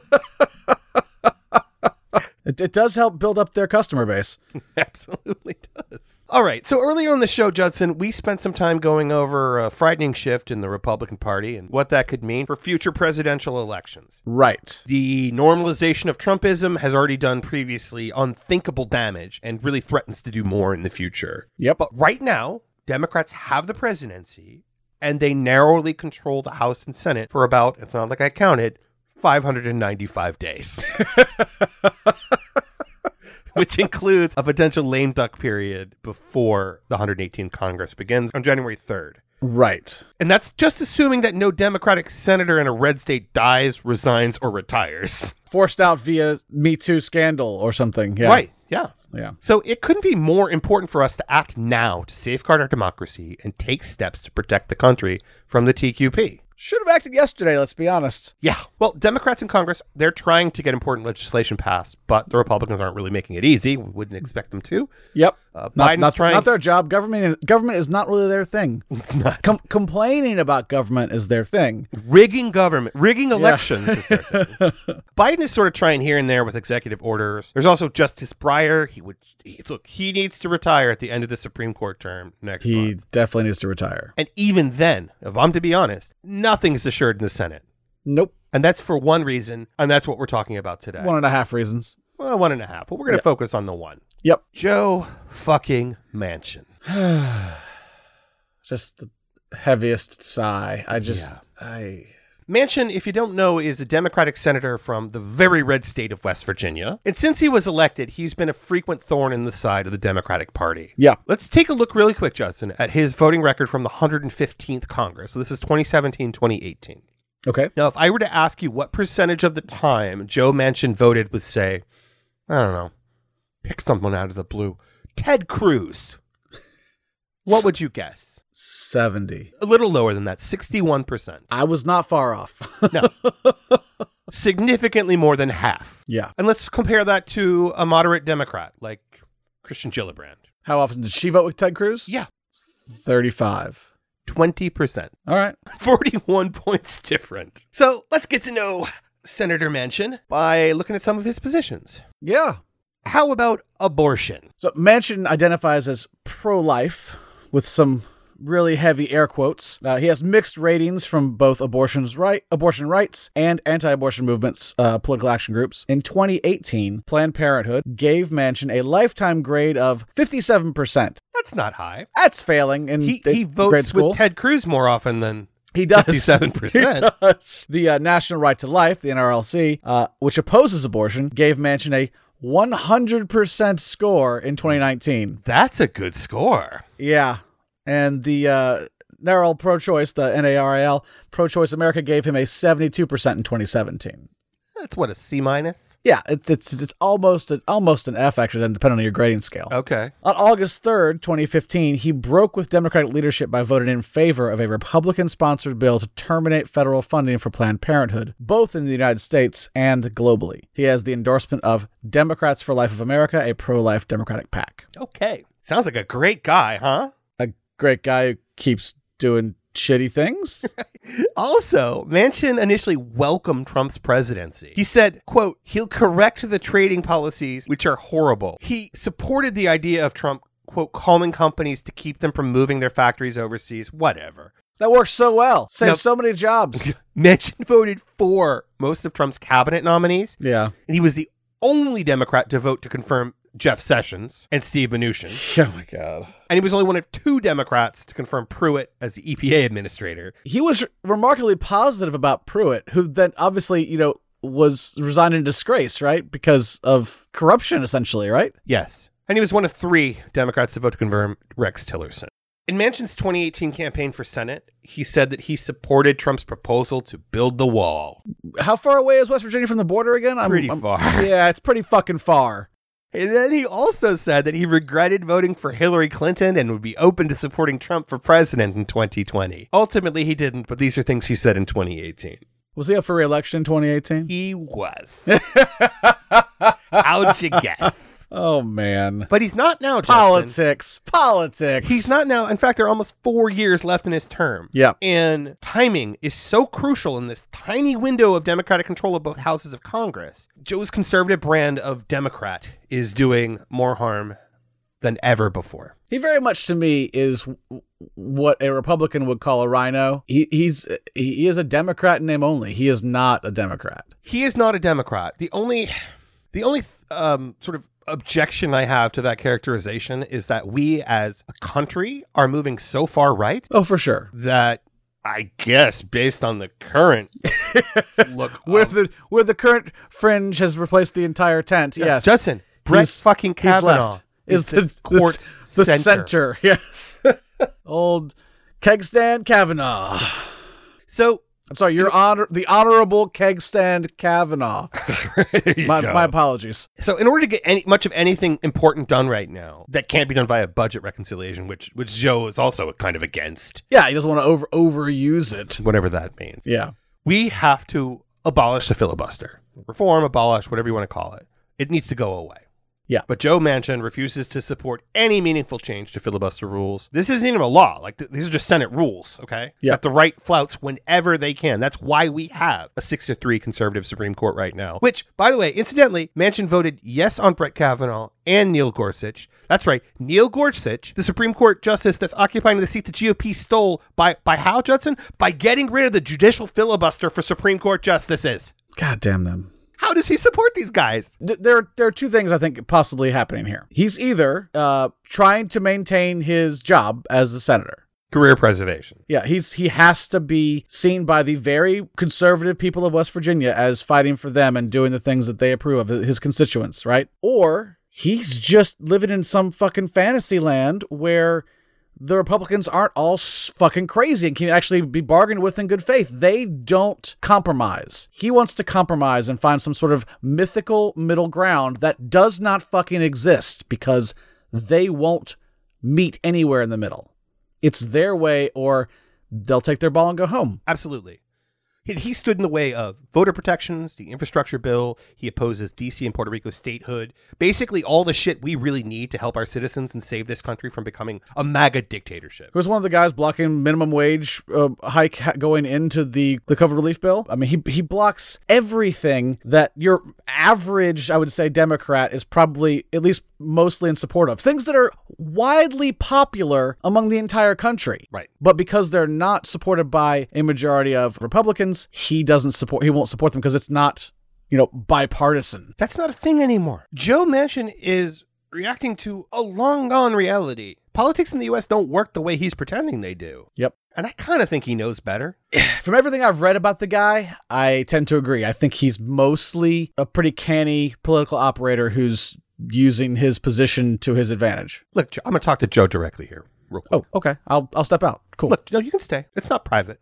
B: It, it does help build up their customer base.
A: absolutely does. All right. So earlier on the show, Judson, we spent some time going over a frightening shift in the Republican Party and what that could mean for future presidential elections.
B: Right.
A: The normalization of Trumpism has already done previously unthinkable damage and really threatens to do more in the future.
B: Yep.
A: But right now, Democrats have the presidency and they narrowly control the House and Senate for about, it's not like I counted, 595 days. (laughs) Which includes a potential lame duck period before the 118th Congress begins on January 3rd.
B: Right.
A: And that's just assuming that no Democratic senator in a red state dies, resigns, or retires.
B: Forced out via Me Too scandal or something. Yeah.
A: Right. Yeah.
B: Yeah.
A: So it couldn't be more important for us to act now to safeguard our democracy and take steps to protect the country from the TQP.
B: Should have acted yesterday. Let's be honest.
A: Yeah. Well, Democrats in Congress, they're trying to get important legislation passed, but the Republicans aren't really making it easy. We wouldn't expect them to.
B: Yep.
A: Uh,
B: not,
A: Biden's
B: not,
A: trying-
B: not their job. Government government is not really their (laughs) thing.
A: It's not.
B: Com- complaining about government is their thing.
A: rigging government, rigging elections. is their thing. (laughs) Biden is sort of trying here and there with executive orders. There's also Justice Breyer. He would he, look. He needs to retire at the end of the Supreme Court term next
B: He
A: month.
B: definitely needs to retire.
A: And even then, if I'm to be honest, nothing's assured in the Senate.
B: Nope.
A: And that's for one reason, and that's what we're talking about today.
B: One and a half reasons.
A: Well, one and a half, but we're going to
B: Yeah.
A: focus on the one.
B: Yep.
A: Joe fucking Mansion.
B: (sighs) just the heaviest sigh. I just I
A: Manchin, if you don't know, is a Democratic senator from the very red state of West Virginia. And since he was elected, he's been a frequent thorn in the side of the Democratic Party.
B: Yeah.
A: Let's take a look really quick, Judson, at his voting record from the 115th Congress. So this is 2017, 2018.
B: Okay.
A: Now, if I were to ask you what percentage of the time Joe Manchin voted with, say, I don't know, pick someone out of the blue, Ted Cruz, what would you guess?
B: 70.
A: A little lower than that, 61%.
B: I was not far off. (laughs)
A: no. Significantly more than half.
B: Yeah.
A: And let's compare that to a moderate Democrat like Christian Gillibrand.
B: How often did she vote with Ted Cruz?
A: Yeah.
B: 35.
A: (laughs) 20%.
B: All right.
A: 41 points different. So let's get to know Senator Manchin by looking at some of his positions.
B: Yeah.
A: How about abortion?
B: So Manchin identifies as pro-life with some really heavy air quotes. Uh, he has mixed ratings from both abortions right, abortion rights and anti-abortion movements, uh, political action groups. In 2018, Planned Parenthood gave Manchin a lifetime grade of 57%.
A: That's not high.
B: That's failing in
A: He,
B: the
A: he
B: grade
A: votes
B: school.
A: with Ted Cruz more often than
B: He
A: (laughs)
B: does.
A: 57%.
B: He does. The uh, National Right to Life, the NRLC, uh, which opposes abortion, gave Manchin a 100% score in 2019.
A: that's a good score.
B: Yeah. And the uh, NARAL Pro Choice, the NARAL, Pro Choice America gave him a 72% in 2017.
A: That's what a C minus.
B: Yeah, it's it's it's almost a, almost an F actually, depending on your grading scale.
A: Okay.
B: On August 3rd, 2015, he broke with Democratic leadership by voting in favor of a Republican sponsored bill to terminate federal funding for Planned Parenthood, both in the United States and globally. He has the endorsement of Democrats for Life of America, a pro life Democratic pack.
A: Okay. Sounds like a great guy, huh?
B: A great guy who keeps doing shitty things.
A: Also, Manchin initially welcomed Trump's presidency. He said, quote, he'll correct the trading policies which are horrible. He supported the idea of Trump, quote, calming companies to keep them from moving their factories overseas, whatever.
B: that works so well, saves
A: Nope.
B: so
A: (laughs)
B: many jobs.
A: Manchin voted for most of Trump's cabinet nominees,
B: yeah.
A: and he was the only Democrat to vote to confirm Jeff Sessions and Steve Mnuchin.
B: Oh my God.
A: And he was only one of two Democrats to confirm Pruitt as the EPA administrator.
B: he was remarkably positive about Pruitt, who then obviously, you know, was resigned in disgrace, right? Because of corruption, essentially, right?
A: Yes. And he was one of three Democrats to vote to confirm Rex Tillerson. In Manchin's 2018 campaign for Senate, he said that he supported Trump's proposal to build the wall.
B: How far away is West Virginia from the border again? I'm,
A: Pretty
B: I'm-
A: far.
B: (laughs) Yeah, it's pretty fucking far.
A: And then he also said that he regretted voting for Hillary Clinton and would be open to supporting Trump for president in 2020. Ultimately, he didn't, but these are things he said in 2018.
B: Was he up for re-election in 2018?
A: He (laughs) was. How'd you guess?
B: Oh man,
A: But he's not now, Justin.
B: politics, politics.
A: He's not now. In fact, there are almost four years left in his term.
B: Yeah.
A: And timing is so crucial in this tiny window of Democratic control of both houses of Congress. Joe's conservative brand of Democrat is doing more harm than ever before.
B: He very much to me is w- w- what a Republican would call a rhino. He, he's he is a Democrat in name only. He is not a Democrat.
A: He is not a Democrat. The only, the only um, sort of objection I have to that characterization is that we as a country are moving so far right
B: Oh, for sure.
A: that I guess based on the current look
B: where
A: of
B: the where the current fringe has replaced the entire tent. yes,
A: Judson, Brett
B: He's-
A: fucking
B: he's left.
A: Kavanaugh
B: is the, the
A: court
B: the
A: center.
B: center. (laughs) Yes, old keg stand Kavanaugh.
A: So
B: I'm sorry, your honor, the honorable keg stand Kavanaugh. My, my apologies.
A: so in order to get any much of anything important done right now that can't be done via budget reconciliation, which which Joe is also kind of against,
B: Yeah, he doesn't want to over overuse it.
A: whatever that means,
B: Yeah,
A: we have to abolish the filibuster, reform, abolish, whatever you want to call it. It needs to go away.
B: Yeah.
A: But Joe Manchin refuses to support any meaningful change to filibuster rules. This isn't even a law. Like, th- these are just Senate rules, okay?
B: Yeah.
A: That the right flouts whenever they can. That's why we have a six to three conservative Supreme Court right now. Which, by the way, incidentally, Manchin voted yes on Brett Kavanaugh and Neil Gorsuch. That's right, Neil Gorsuch, the Supreme Court justice that's occupying the seat the GOP stole by, by how, Judson? By getting rid of the judicial filibuster for Supreme Court justices.
B: God damn them.
A: How does he support these guys?
B: Th- there, there are two things I think possibly happening here. He's either uh, trying to maintain his job as a senator.
A: Career preservation.
B: Yeah, he's he has to be seen by the very conservative people of West Virginia as fighting for them and doing the things that they approve of his constituents, right? Or he's just living in some fucking fantasy land where the Republicans aren't all s- fucking crazy and can actually be bargained with in good faith. They don't compromise. He wants to compromise and find some sort of mythical middle ground that does not fucking exist because they won't meet anywhere in the middle. It's their way or they'll take their ball and go home.
A: Absolutely. He, he stood in the way of voter protections, the infrastructure bill. He opposes DC and Puerto Rico statehood. Basically, all the shit we really need to help our citizens and save this country from becoming a MAGA dictatorship.
B: Who was one of the guys blocking minimum wage uh, hike ha- going into the the COVID relief bill? I mean, he he blocks everything that your average, I would say, Democrat is probably at least mostly in support of. Things that are widely popular among the entire country.
A: Right.
B: But because they're not supported by a majority of Republicans, he doesn't support. He won't support them because it's not, you know, bipartisan.
A: That's not a thing anymore. Joe Manchin is reacting to a long gone reality. Politics in the U.S. don't work the way he's pretending they do.
B: Yep.
A: And I kind of think he knows better.
B: From everything I've read about the guy, I tend to agree. I think he's mostly a pretty canny political operator who's using his position to his advantage.
A: Look, Jo- I'm going to talk to Joe directly here, real quick.
B: Oh, okay. I'll I'll step out. Cool.
A: Look, no, you can stay. It's not private.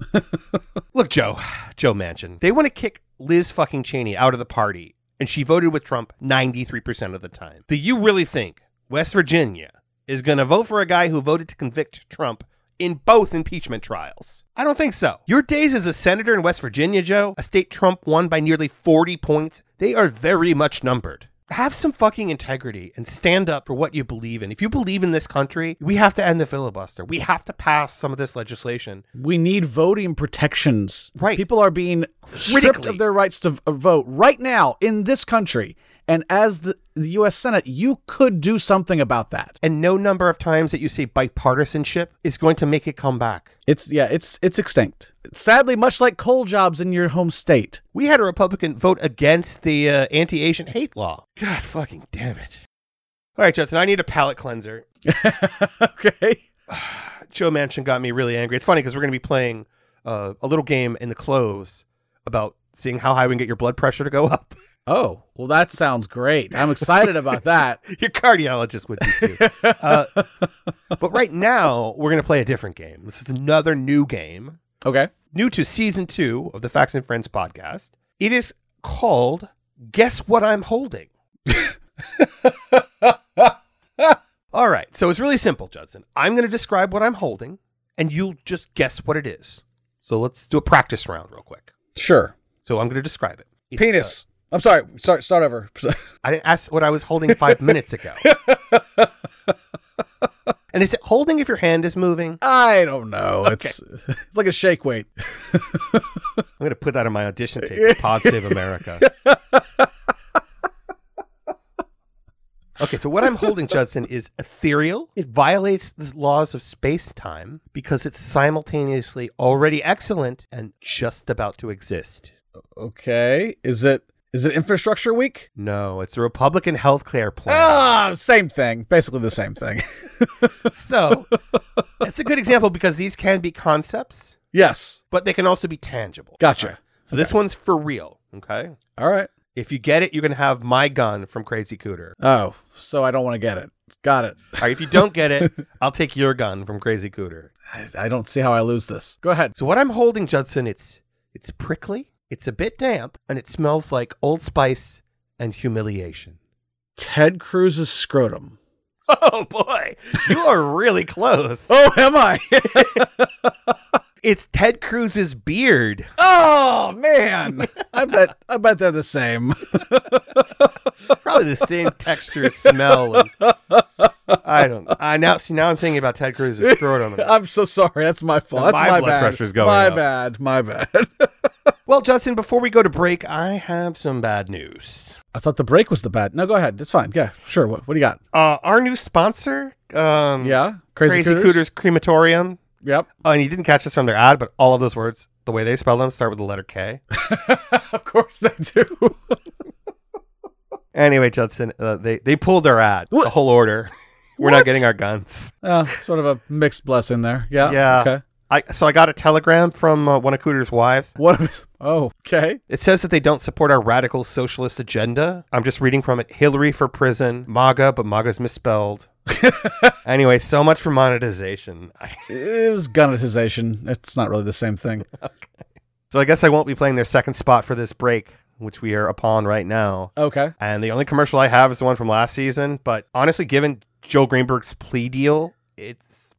A: Look, Joe, Joe Manchin. They want to kick Liz fucking Cheney out of the party, and she voted with Trump 93% of the time. Do you really think West Virginia is going to vote for a guy who voted to convict Trump in both impeachment trials? I don't think so. Your days as a senator in West Virginia, Joe, a state Trump won by nearly 40 points, they are very much numbered. Have some fucking integrity and stand up for what you believe in. If you believe in this country, we have to end the filibuster. We have to pass some of this legislation
B: we need voting protections.
A: Right.
B: People are being stripped
A: Critically.
B: of their rights to v- vote right now in this country. And as the, the U.S. Senate, you could do something about that.
A: and no number of times that you say bipartisanship is going to make it come back.
B: It's yeah, it's it's extinct. Sadly, much like coal jobs in your home state.
A: We had a Republican vote against the uh, anti-Asian hate law. God fucking damn it. All right, Judson, I need a palate cleanser.
B: okay.
A: Joe Manchin got me really angry. It's funny because we're going to be playing uh, a little game in the close about seeing how high we can get your blood pressure to go (laughs) up.
B: Oh, well, that sounds great. I'm excited about that.
A: your cardiologist would be too. Uh, but right now, we're going to play a different game. This is another new game.
B: (laughs) Okay.
A: new to season two of the Facts and Friends podcast. It is called Guess What I'm Holding. All right. So it's really simple, Judson. I'm going to describe what I'm holding, and you'll just guess what it is. So let's do a practice round real quick.
B: Sure.
A: So I'm going to describe it. It's,
B: Penis. I'm sorry. Start start over. (laughs)
A: uh, I didn't ask what I was holding five minutes ago. and is it holding if your hand is moving?
B: I don't know. It's (laughs) it's like a shake weight.
A: I'm going to put that on my audition tape for Pod Save America. okay, so what I'm holding, Judson, is ethereal. It violates the laws of space time because it's simultaneously already excellent and just about to exist.
B: Okay. Is it is it infrastructure week?
A: No, it's a Republican health care plan.
B: Ah, same thing. Basically the same thing. (laughs)
A: (laughs) so it's a good example because these can be concepts,
B: yes.
A: but they can also be tangible.
B: Gotcha.
A: All right, So this one's for real. Okay.
B: All right.
A: If you get it, you can have my gun from Crazy Cooter.
B: Oh, so I don't want to get it. Got it.
A: All right, if you don't get it, I'll take your gun from Crazy Cooter.
B: I, I don't see how I lose this. Go ahead.
A: So what I'm holding, Judson, it's it's prickly, it's a bit damp, and it smells like Old Spice and
B: (laughs)
A: humiliation.
B: Ted Cruz's (laughs) scrotum.
A: (laughs) Oh boy, you are really close.
B: Oh, am I?
A: Oh, It's Ted Cruz's beard.
B: Oh man, I bet I bet they're the same.
A: (laughs) Probably the same texture, smell. and- I don't. I now see. Now I'm thinking about Ted Cruz's scrotum.
B: (laughs) I'm so sorry. That's my fault.
A: And
B: That's
A: my
B: my
A: blood
B: bad.
A: pressure's going
B: My
A: up.
B: bad. My bad. (laughs)
A: Well, Justin, before we go to break, I have some bad news.
B: I thought the break was the bad. No, go ahead. It's fine. Yeah, sure. What, what do you got?
A: Uh, our new sponsor, um,
B: Yeah, Crazy
A: Crazy
B: Cooters?
A: Cooters. Crematorium.
B: Yep.
A: Oh, and you didn't catch this from their ad, but all of those words, the way they spell them, start with the letter K.
B: (laughs) Of course I do. (laughs)
A: Anyway, Judson, uh, they they pulled our ad. The whole order. (laughs) We're not getting our guns.
B: Uh, sort of a mixed blessing there. Yeah.
A: Yeah.
B: Okay.
A: I so I got a telegram from uh, one of Cooter's wives.
B: What? if- Oh, okay.
A: It says that they don't support our radical socialist agenda. I'm just reading from it. Hillary for prison, MAGA, but MAGA's
B: (laughs)
A: misspelled. anyway, so much for monetization. (laughs) I-
B: It was gunetization. It's not really the same thing.
A: so I guess I won't be playing their second spot for this break, which we are upon right now.
B: (laughs) Okay.
A: And the only commercial I have is the one from last season. But honestly, given Joe Greenberg's plea deal, it's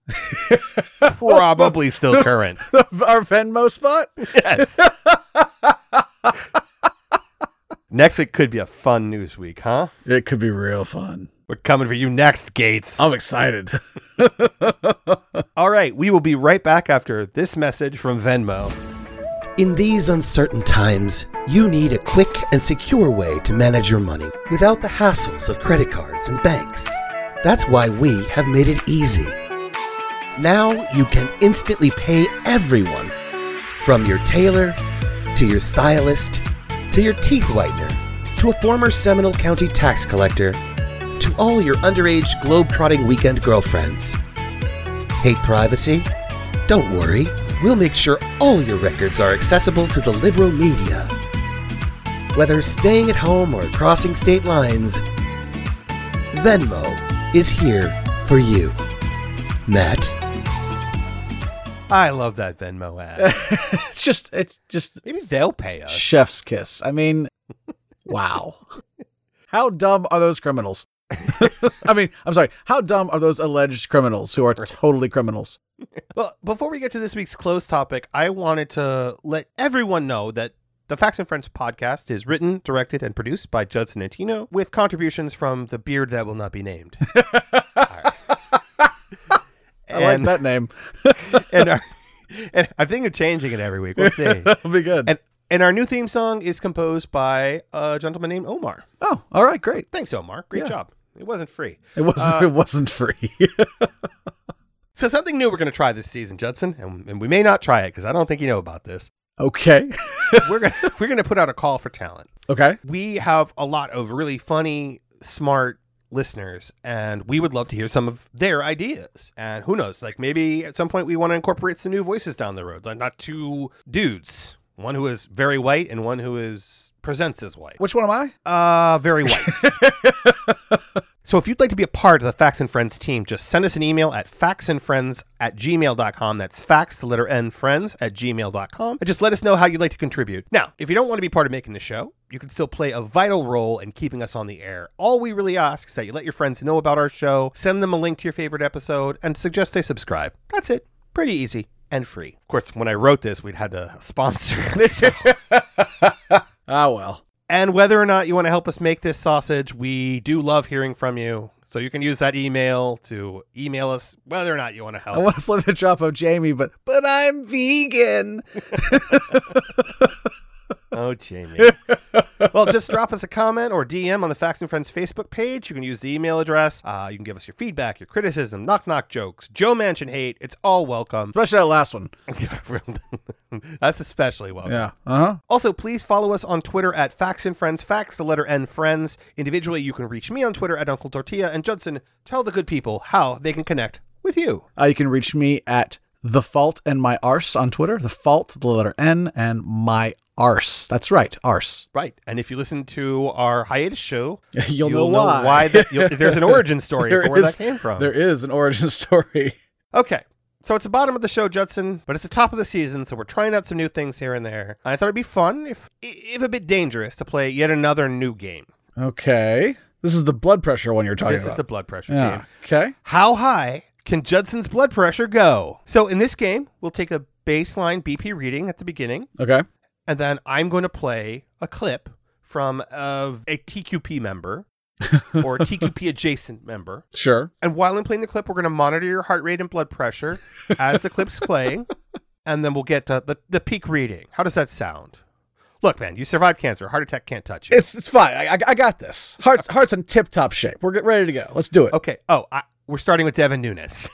A: probably still current.
B: Our Venmo spot.
A: Yes. next week could be a fun news week, huh?
B: It could be real fun.
A: We're coming for you next, Gates.
B: I'm excited. (laughs)
A: All right, we will be right back after this message from Venmo.
L: In these uncertain times, you need a quick and secure way to manage your money without the hassles of credit cards and banks. That's why we have made it easy. Now you can instantly pay everyone from your tailor, to your stylist, to your teeth whitener, to a former Seminole County tax collector, to all your underage globetrotting weekend girlfriends. Hate privacy? Don't worry, we'll make sure all your records are accessible to the liberal media. Whether staying at home or crossing state lines, Venmo is here for you. Matt?
A: I love that Venmo ad.
B: it's just. It's just
A: Maybe they'll pay us.
B: chef's kiss. I mean, wow. How dumb are those criminals? (laughs) I mean, I'm sorry. How dumb are those alleged criminals who are totally criminals?
A: Well, before we get to this week's close topic, I wanted to let everyone know that the Facts and Friends podcast is written, directed, and produced by Judson Antino with contributions from the beard that will not be
B: (laughs)
A: named.
B: I like that name.
A: and, our, and I think of changing it every week. We'll
B: (laughs)
A: see.
B: That'll be good.
A: And and our new theme song is composed by a gentleman named Omar.
B: oh, all right, great.
A: Thanks, Omar. Great job. It wasn't free.
B: It wasn't. it wasn't free. (laughs)
A: So something new we're going to try this season, Judson, and, and we may not try it because I don't think you know about this.
B: okay.
A: We're gonna (laughs) we're gonna put out a call for talent.
B: Okay.
A: We have a lot of really funny, smart listeners, and we would love to hear some of their ideas. And who knows, like maybe at some point we want to incorporate some new voices down the road, like not two dudes, one who is very white and one who is presents as white.
B: Which one am I?
A: Uh, very white. (laughs) so if you'd like to be a part of the Facts and Friends team, just send us an email at factsandfriends at gmail.com. That's facts, the letter N, friends at gmail.com. And just let us know how you'd like to contribute. Now, if you don't want to be part of making the show, you can still play a vital role in keeping us on the air. All we really ask is that you let your friends know about our show, send them a link to your favorite episode, and suggest they subscribe. That's it. Pretty easy and free. Of course, when I wrote this, we'd had to (laughs) sponsor. so-
B: Ah, well.
A: and whether or not you want to help us make this sausage, we do love hearing from you. So you can use that email to email us whether or not you want to help.
B: I (laughs) want to play the drop of Jamie, but but I'm vegan.
A: (laughs) oh, Jamie. (laughs) well, just drop us a comment or DM on the Facts and Friends Facebook page. You can use the email address. Uh, you can give us your feedback, your criticism, knock knock jokes, Joe Manchin hate. It's all welcome. (laughs)
B: Especially that last one.
A: That's especially welcome.
B: Yeah. Uh huh.
A: Also, please follow us on Twitter at Facts and Friends, Facts, the letter N, Friends. Individually, you can reach me on Twitter at Uncle Tortilla. And Judson, tell the good people how they can connect with you.
B: Uh, you can reach me at the fault and my arse on Twitter. The fault, the letter N, and my arse. That's right, arse.
A: Right. And if you listen to our hiatus show,
B: (laughs)
A: (laughs)
B: You'll,
A: you'll
B: know why. (laughs)
A: that- you'll- there's an origin story
B: There
A: for where
B: is-
A: that came from.
B: There is an origin (laughs) story.
A: Okay. So it's the bottom of the show, Judson, but it's the top of the season, so we're trying out some new things here and there. And I thought it'd be fun, if if a bit dangerous, to play yet another new game.
B: Okay. This is the blood pressure one you're talking
A: This is
B: about.
A: the blood pressure game.
B: yeah. Okay.
A: How high can Judson's blood pressure go? So in this game, we'll take a baseline BP reading at the beginning.
B: Okay.
A: And then I'm going to play a clip from of a TQP member or a TQP adjacent member.
B: Sure.
A: And while I'm playing the clip, we're going to monitor your heart rate and blood pressure as the clip's playing, and then we'll get uh, the the peak reading. How does that sound? Look, man, you survived cancer. Heart attack can't touch you.
B: It's it's fine. I, I, I got this. Heart's heart's in tip top shape. We're get ready to go. Let's do it.
A: Okay. Oh, I, we're starting with Devin Nunes.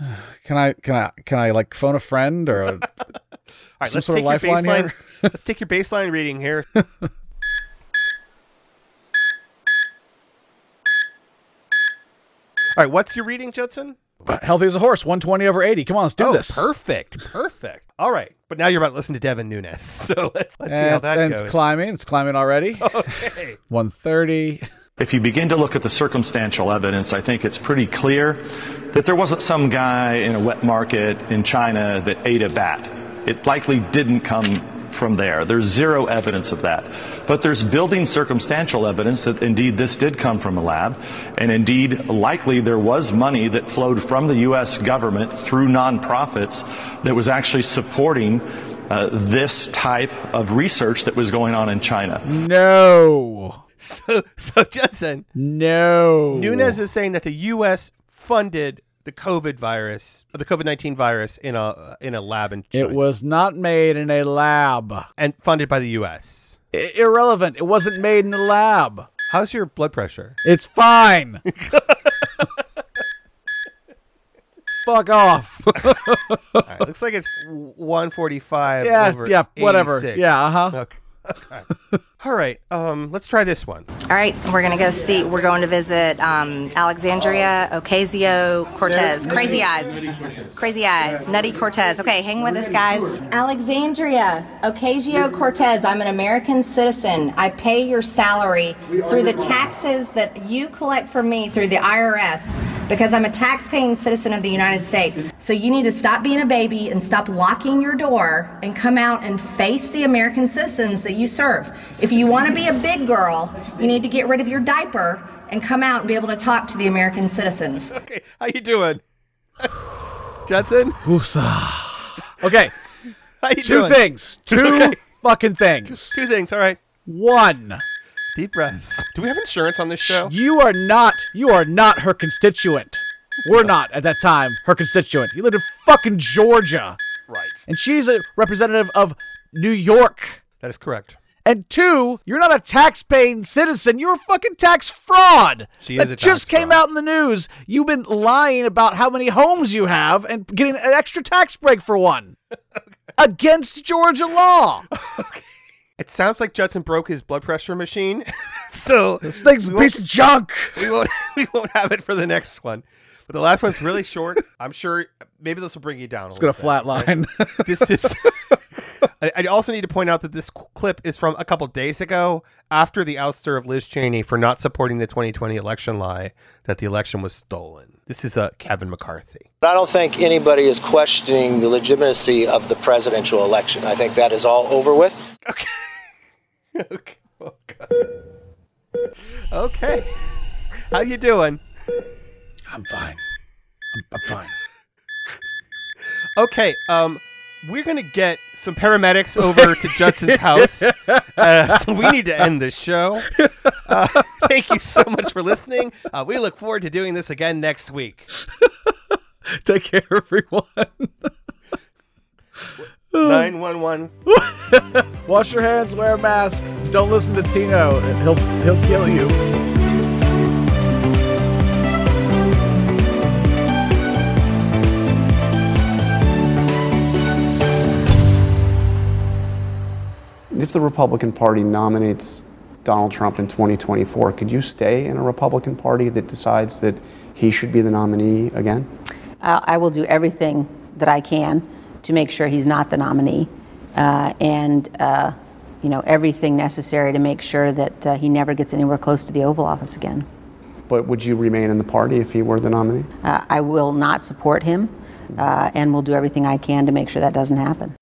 A: (laughs)
B: Can I can I can I like phone a friend or a, (laughs)
A: All right,
B: some
A: let's
B: sort
A: take
B: of
A: your
B: lifeline
A: baseline.
B: here?
A: (laughs) let's take your baseline reading
B: (laughs)
A: here. All right, what's your reading, Judson?
B: Healthy as a horse. One twenty over eighty. Come on, let's do
A: oh,
B: this.
A: Perfect, perfect. All right, but now you're about to listen to Devin Nunes, (laughs) so let's, let's see how
B: And,
A: that
B: Eh, and
A: goes.
B: it's climbing. It's climbing already.
A: (laughs)
B: (laughs)
A: Okay.
B: 130.
F: If you begin to look at the circumstantial evidence, I think it's pretty clear that there wasn't some guy in a wet market in China that ate a bat. It likely didn't come from there. There's zero evidence of that. But there's building circumstantial evidence that indeed this did come from a lab, and indeed likely there was money that flowed from the U.S. government through nonprofits that was actually supporting uh, this type of research that was going on in China.
B: No.
A: (laughs) So, so Judson,
B: No.
A: Nunes is saying that the U.S. funded the COVID virus, the COVID nineteen virus, in a in a lab in China,
B: It was not made in a lab.
A: and funded by the U.S.
B: I- irrelevant. It wasn't made in a lab.
A: How's your blood pressure? (laughs)
B: It's fine. Fuck off.
A: All right, (laughs) looks like it's one forty five.
B: Yeah, yeah, whatever. Yeah, uh-huh.
A: Okay. (laughs) All right. Um, let's try this one.
M: All right, we're gonna go see. We're going to visit um, Alexandria Ocasio Cortez. Crazy eyes, crazy eyes, Nutty Cortez. Okay, hang with us, guys. Alexandria Ocasio Cortez. I'm an American citizen. I pay your salary through the taxes that you collect from me through the IRS because I'm a tax-paying citizen of the United States. So you need to stop being a baby and stop locking your door and come out and face the American citizens that you serve. If you want to be a big girl, you need to get rid of your diaper and come out and be able to talk to the American citizens.
A: Okay, how you doing, (sighs) Judson?
B: okay.
A: How you
B: Two
A: doing?
B: things. Two
A: Okay.
B: fucking things.
A: (laughs) Two things. All right.
B: One.
A: Deep breaths. Do we have insurance on this show?
B: You are not. You are not her constituent. We're not at that time her constituent. You lived in fucking Georgia,
A: Right.
B: and she's a representative of New York.
A: That is correct.
B: And two, you're not a tax-paying citizen. You're a fucking tax fraud.
A: She
B: that
A: is a tax
B: just came out in the news. You've been lying about how many homes you have and getting an extra tax break for one against Georgia law.
A: It sounds like Judson broke his blood pressure machine. (laughs) so
B: This thing's a
A: we won't-
B: piece of junk.
A: we won't (laughs) we won't have it for the next one. But the last one's really short. I'm sure maybe this will bring you down.
B: It's gonna flatline.
A: This is. (laughs) I I also need to point out that this qu- clip is from a couple days ago after the ouster of Liz Cheney for not supporting the 2020 election lie that the election was stolen. This is uh, Kevin McCarthy.
N: I don't think anybody is questioning the legitimacy of the presidential election. I think that is all over with.
A: (laughs) okay. Oh, God. Okay. How you doing?
B: I'm fine. I'm, I'm fine.
A: Okay, um, we're gonna get some paramedics over
B: (laughs)
A: to Judson's house, uh, so we need to end this show.
B: (laughs)
A: Uh, thank you so much for listening. Uh, we look forward to doing this again next week.
B: (laughs) Take care, everyone.
A: Nine one one.
B: Wash your hands, wear a mask. Don't listen to Tino. He'll he'll kill you.
O: If the Republican Party nominates Donald Trump in 2024, could you stay in a Republican Party that decides that he should be the nominee again?
I: I I will do everything that I can to make sure he's not the nominee, uh, and uh, you know everything necessary to make sure that uh, he never gets anywhere close to the Oval Office again.
O: But would you remain in the party if he were the nominee?
I: Uh, I will not support him, uh, and will do everything I can to make sure that doesn't happen.